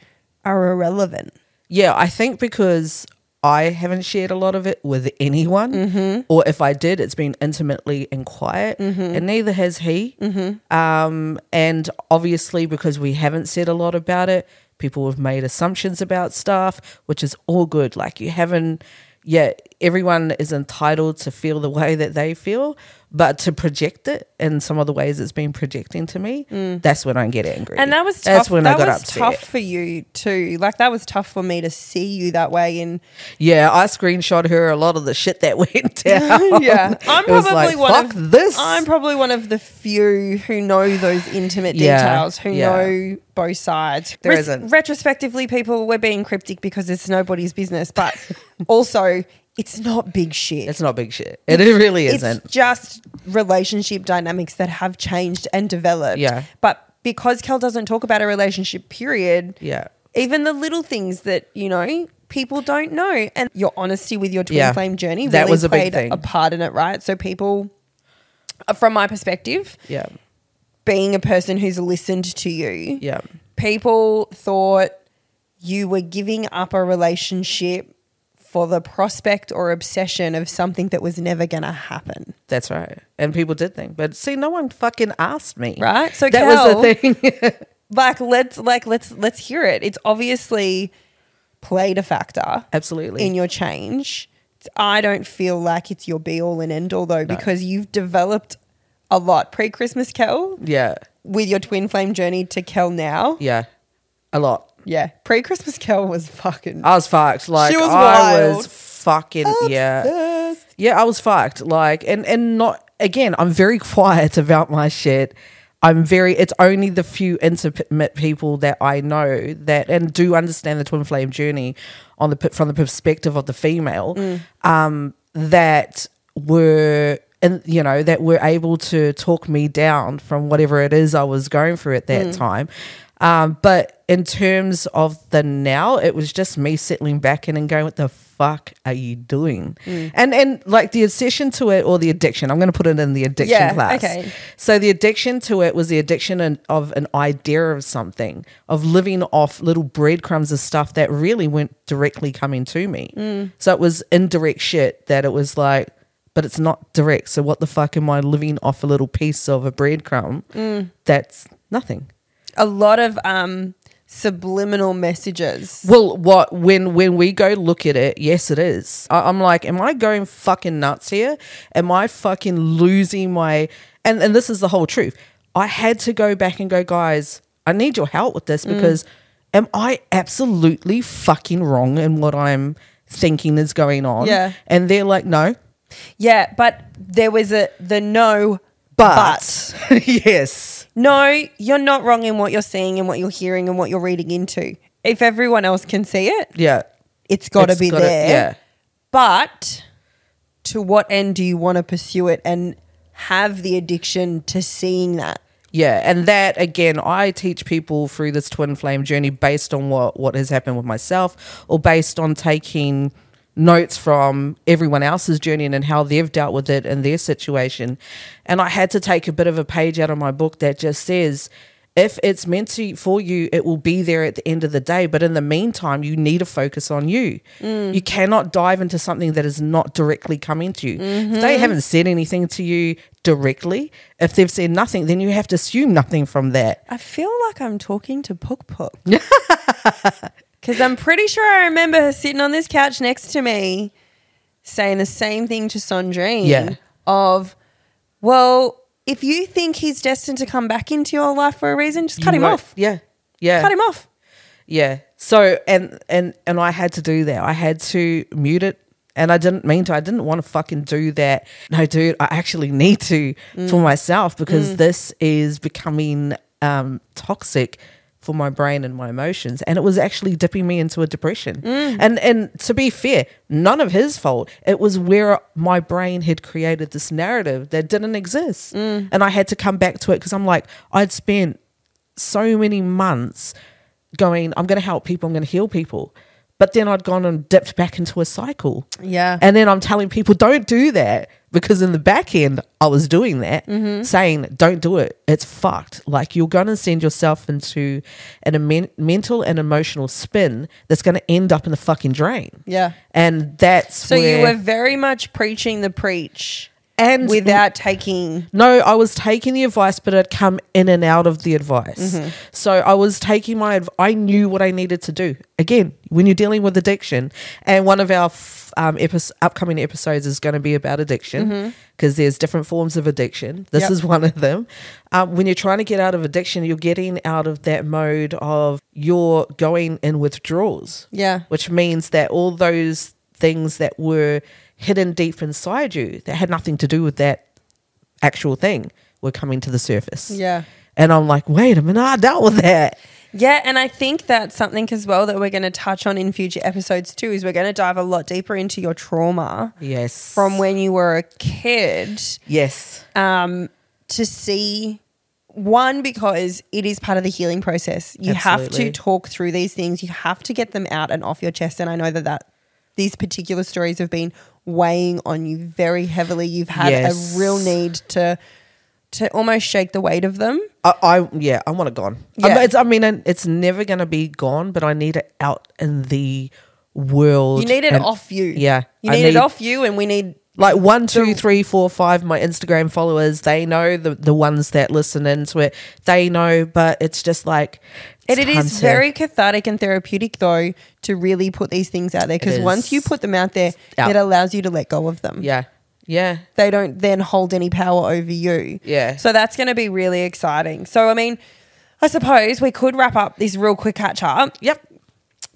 Speaker 1: are irrelevant.
Speaker 2: Yeah, I think because I haven't shared a lot of it with anyone,
Speaker 1: Mm-hmm.
Speaker 2: or if I did, it's been intimately and quiet, and neither has he.
Speaker 1: Mm-hmm.
Speaker 2: Um, and obviously, because we haven't said a lot about it, people have made assumptions about stuff, which is all good. Like, you haven't, yeah, everyone is entitled to feel the way that they feel. But to project it in some of the ways it's been projecting to me, that's when I get angry.
Speaker 1: Mm. And that was tough.
Speaker 2: That's when
Speaker 1: that
Speaker 2: I got
Speaker 1: was
Speaker 2: upset.
Speaker 1: tough for you too. Like that was tough for me to see you that way. And
Speaker 2: Yeah, I screenshot her a lot of the shit that went down.
Speaker 1: yeah, I'm
Speaker 2: It was
Speaker 1: probably
Speaker 2: like,
Speaker 1: one
Speaker 2: "Fuck
Speaker 1: of
Speaker 2: this.
Speaker 1: I'm probably one of the few who know those intimate
Speaker 2: Yeah,
Speaker 1: details, who
Speaker 2: yeah.
Speaker 1: know both sides.
Speaker 2: There
Speaker 1: Res-
Speaker 2: isn't.
Speaker 1: retrospectively, people we're being cryptic because it's nobody's business, but also it's not big shit.
Speaker 2: it's not big shit. It, it really isn't.
Speaker 1: It's just relationship dynamics that have changed and developed.
Speaker 2: Yeah.
Speaker 1: But because Kel doesn't talk about a relationship period,
Speaker 2: Yeah.
Speaker 1: even the little things that, you know, people don't know. And your honesty with your twin
Speaker 2: Yeah.
Speaker 1: flame journey
Speaker 2: That
Speaker 1: really
Speaker 2: was a
Speaker 1: played
Speaker 2: big thing.
Speaker 1: a part in it, right? So people uh, from my perspective,
Speaker 2: Yeah.
Speaker 1: being a person who's listened to you,
Speaker 2: Yeah.
Speaker 1: people thought you were giving up a relationship for the prospect or obsession of something that was never going to happen.
Speaker 2: That's right. And people did think. But see, no one fucking asked me.
Speaker 1: Right? So
Speaker 2: that was the thing.
Speaker 1: Like let's like let's let's hear it. It's obviously played a factor
Speaker 2: Absolutely.
Speaker 1: in your change. I don't feel like it's your be all and end all though because you've developed a lot pre-Christmas Kel
Speaker 2: yeah.
Speaker 1: with your twin flame journey to Kel now.
Speaker 2: Yeah. A lot.
Speaker 1: Yeah. Pre-Christmas Kel was fucking
Speaker 2: I was fucked. Like
Speaker 1: was
Speaker 2: I
Speaker 1: wild.
Speaker 2: was fucking yeah. Yeah, I was fucked. Like and and not again, I'm very quiet about my shit. I'm very it's only the few intimate people that I know that and do understand the twin flame journey on the per- from the perspective of the female
Speaker 1: Mm.
Speaker 2: um that were and you know that were able to talk me down from whatever it is I was going through
Speaker 1: Mm.
Speaker 2: at that time. Um, but in terms of the now, it was just me settling back in and going, "What the fuck are you doing?"
Speaker 1: Mm.
Speaker 2: And and like the obsession to it or the addiction. I'm going to put it in the addiction
Speaker 1: Yeah,
Speaker 2: class.
Speaker 1: okay.
Speaker 2: So the addiction to it was the addiction an- of an idea of something, of living off little breadcrumbs of stuff that really weren't directly coming to me. So it was indirect shit that it was like, but it's not direct. So what the fuck am I living off a little piece of a breadcrumb that's nothing?
Speaker 1: a lot of um subliminal messages.
Speaker 2: Well, what when when we go look at it, yes, it is. I, I'm like, am I going fucking nuts here? Am I fucking losing my? And and this is the whole truth. I had to go back and go, guys. I need your help with this because am I absolutely fucking wrong in what I'm thinking is going on?
Speaker 1: Yeah.
Speaker 2: And they're like, no,
Speaker 1: Yeah, but there was a the no
Speaker 2: but, yes,
Speaker 1: No, you're not wrong in what you're seeing and what you're hearing and what you're reading into. If everyone else can see it,
Speaker 2: yeah,
Speaker 1: it's got to
Speaker 2: It's
Speaker 1: be
Speaker 2: gotta-
Speaker 1: there.
Speaker 2: yeah.
Speaker 1: But to what end do you want to pursue it and have the addiction to seeing that?
Speaker 2: Yeah, and that again, I teach people through this twin flame journey based on what what has happened with myself, or based on taking notes from everyone else's journey and how they've dealt with it in their situation. And I had to take a bit of a page out of my book that just says, if it's meant to for you, it will be there at the end of the day. But in the meantime, you need to focus on you.
Speaker 1: Mm.
Speaker 2: You cannot dive into something that is not directly coming to you. If
Speaker 1: Mm-hmm.
Speaker 2: they haven't said anything to you directly, if they've said nothing, then you have to assume nothing from that.
Speaker 1: I feel like I'm talking to Pook Pook. Because I'm pretty sure I remember her sitting on this couch next to me saying the same thing to Sandrine
Speaker 2: Yeah.
Speaker 1: of, well, if you think he's destined to come back into your life for a reason, just cut
Speaker 2: You
Speaker 1: him
Speaker 2: won't-
Speaker 1: off.
Speaker 2: Yeah. Yeah.
Speaker 1: Cut him off.
Speaker 2: Yeah. So and and and I had to do that. I had to mute it. And I didn't mean to. I didn't want to fucking do that. No, dude, I actually need to for myself because this is becoming um, toxic for my brain and my emotions and it was actually dipping me into a depression and and to be fair none of his fault it was where my brain had created this narrative that didn't exist and i had to come back to it because i'm like i'd spent so many months going i'm going to help people i'm going to heal people but then i'd gone and dipped back into a cycle
Speaker 1: Yeah.
Speaker 2: and then I'm telling people, don't do that. Because in the back end, I was doing that,
Speaker 1: Mm-hmm.
Speaker 2: saying, don't do it. It's fucked. Like, you're going to send yourself into an amen- mental and emotional spin that's going to end up in the fucking drain.
Speaker 1: Yeah.
Speaker 2: And that's
Speaker 1: So you
Speaker 2: where-
Speaker 1: were very much preaching the preach
Speaker 2: And-
Speaker 1: without taking
Speaker 2: No, I was taking the advice, but it'd come in and out of the advice.
Speaker 1: Mm-hmm.
Speaker 2: So I was taking my, adv- I knew what I needed to do. Again, when you're dealing with addiction, and one of our f- um, epis upcoming episodes is going to be about addiction because there's different forms of addiction. This
Speaker 1: Mm-hmm. Yep.
Speaker 2: is one of them. Um, when you're trying to get out of addiction, you're getting out of that mode of you're going in withdrawals
Speaker 1: Yeah.
Speaker 2: which means that all those things that were hidden deep inside you that had nothing to do with that actual thing were coming to the surface.
Speaker 1: Yeah.
Speaker 2: And I'm like, wait a minute, I dealt with that.
Speaker 1: Yeah, and I think that's something as well that we're going to touch on in future episodes too. Is we're going to dive a lot deeper into your trauma
Speaker 2: Yes.
Speaker 1: from when you were a kid
Speaker 2: Yes.
Speaker 1: um, to see one because it is part of the healing process. You
Speaker 2: Absolutely.
Speaker 1: have to talk through these things. You have to get them out and off your chest. And I know that that these particular stories have been weighing on you very heavily. You've had
Speaker 2: Yes.
Speaker 1: a real need to to almost shake the weight of them.
Speaker 2: I, I yeah, I want it gone.
Speaker 1: Yeah.
Speaker 2: Yeah. it's, I mean, and it's never gonna be gone, but I need it out in the world.
Speaker 1: You need it
Speaker 2: and-
Speaker 1: off you.
Speaker 2: Yeah,
Speaker 1: you
Speaker 2: I
Speaker 1: need it
Speaker 2: need-
Speaker 1: off you, and we need
Speaker 2: Like one, two, three, four, five. My Instagram followers, they know the the ones that listen into it. They know, but it's just like
Speaker 1: And
Speaker 2: it's
Speaker 1: it
Speaker 2: time
Speaker 1: is
Speaker 2: to-
Speaker 1: very cathartic and therapeutic, though, to really put these things out there. Because
Speaker 2: It
Speaker 1: once you
Speaker 2: is.
Speaker 1: put them out there,
Speaker 2: Yeah.
Speaker 1: it allows you to let go of them.
Speaker 2: yeah, yeah.
Speaker 1: They don't then hold any power over you.
Speaker 2: Yeah.
Speaker 1: So that's going to be really exciting. So, I mean, I suppose we could wrap up this real quick catch up
Speaker 2: Yep.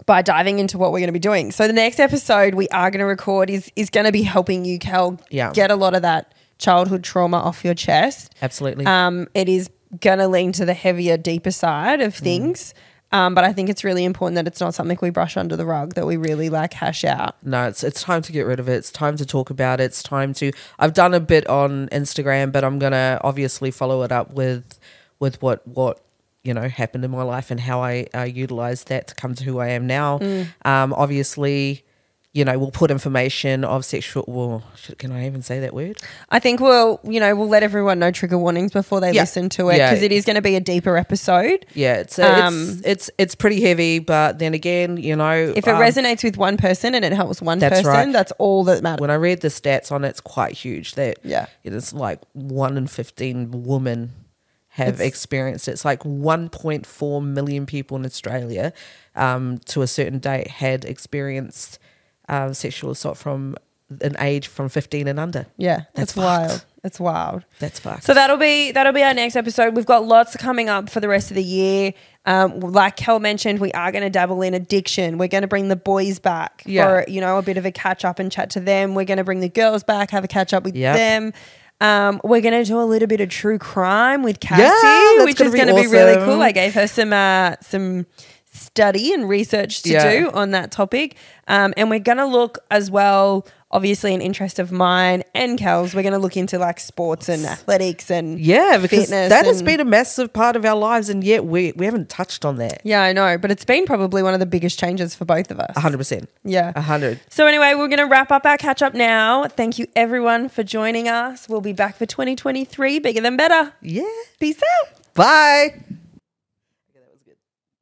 Speaker 1: by diving into what we're going to be doing. So, the next episode we are going to record is, is going to be helping you, Kel,
Speaker 2: Yeah.
Speaker 1: get a lot of that childhood trauma off your chest.
Speaker 2: Absolutely.
Speaker 1: Um, it is going to lean to the heavier, deeper side
Speaker 2: Mm.
Speaker 1: of things. Um, but I think it's really important that it's not something we brush under the rug, that we really like hash out.
Speaker 2: no, it's it's time to get rid of it. It's time to talk about it. It's time to I've done a bit on Instagram, but I'm gonna obviously follow it up with with what what you know happened in my life and how I uh, utilized that to come to who I am now.
Speaker 1: Mm.
Speaker 2: Um, obviously, you know, we'll put information of sexual. Well, should, can I even say that word?
Speaker 1: I think we'll, you know, we'll let everyone know trigger warnings before they
Speaker 2: Yeah.
Speaker 1: listen to it
Speaker 2: Yeah.
Speaker 1: because it is going to be a deeper episode.
Speaker 2: Yeah, it's
Speaker 1: Um,
Speaker 2: it's, it's it's pretty heavy, but then again, you know,
Speaker 1: If it
Speaker 2: um,
Speaker 1: resonates with one person and it helps one
Speaker 2: That's
Speaker 1: person,
Speaker 2: right.
Speaker 1: that's all that matters.
Speaker 2: when I read the stats on it, it's quite huge. That
Speaker 1: Yeah.
Speaker 2: it's like one in fifteen women have experienced it. It's like one point four million people in Australia, um, to a certain date, had experienced um, sexual assault from an age from fifteen and under.
Speaker 1: Yeah, that's
Speaker 2: That's fucked.
Speaker 1: wild. It's wild.
Speaker 2: That's fucked.
Speaker 1: So that'll be that'll be our next episode. We've got lots coming up for the rest of the year. Um, like Kel mentioned, we are going to dabble in addiction. We're going to bring the boys back
Speaker 2: Yeah.
Speaker 1: for you know a bit of a catch up and chat to them. We're going to bring the girls back, have a catch up with
Speaker 2: Yep.
Speaker 1: them. Um, we're going to do a little bit of true crime with Cassie,
Speaker 2: that's
Speaker 1: which
Speaker 2: gonna
Speaker 1: is
Speaker 2: be
Speaker 1: going to be really
Speaker 2: awesome.
Speaker 1: cool. I gave her some uh, some study and research to
Speaker 2: Yeah.
Speaker 1: do on that topic. Um, and we're going to look as well, obviously, an interest of mine and Cal's. We're going to look into like sports and athletics and
Speaker 2: yeah, because
Speaker 1: fitness
Speaker 2: that has
Speaker 1: and-
Speaker 2: been a massive part of our lives, and yet we we haven't touched on that.
Speaker 1: Yeah, I know, but it's been probably one of the biggest changes for both of us.
Speaker 2: hundred percent.
Speaker 1: Yeah.
Speaker 2: hundred.
Speaker 1: So anyway, we're going to wrap up our catch up now. Thank you everyone for joining us. We'll be back for 2023, bigger than better.
Speaker 2: Yeah.
Speaker 1: Peace out.
Speaker 2: Bye.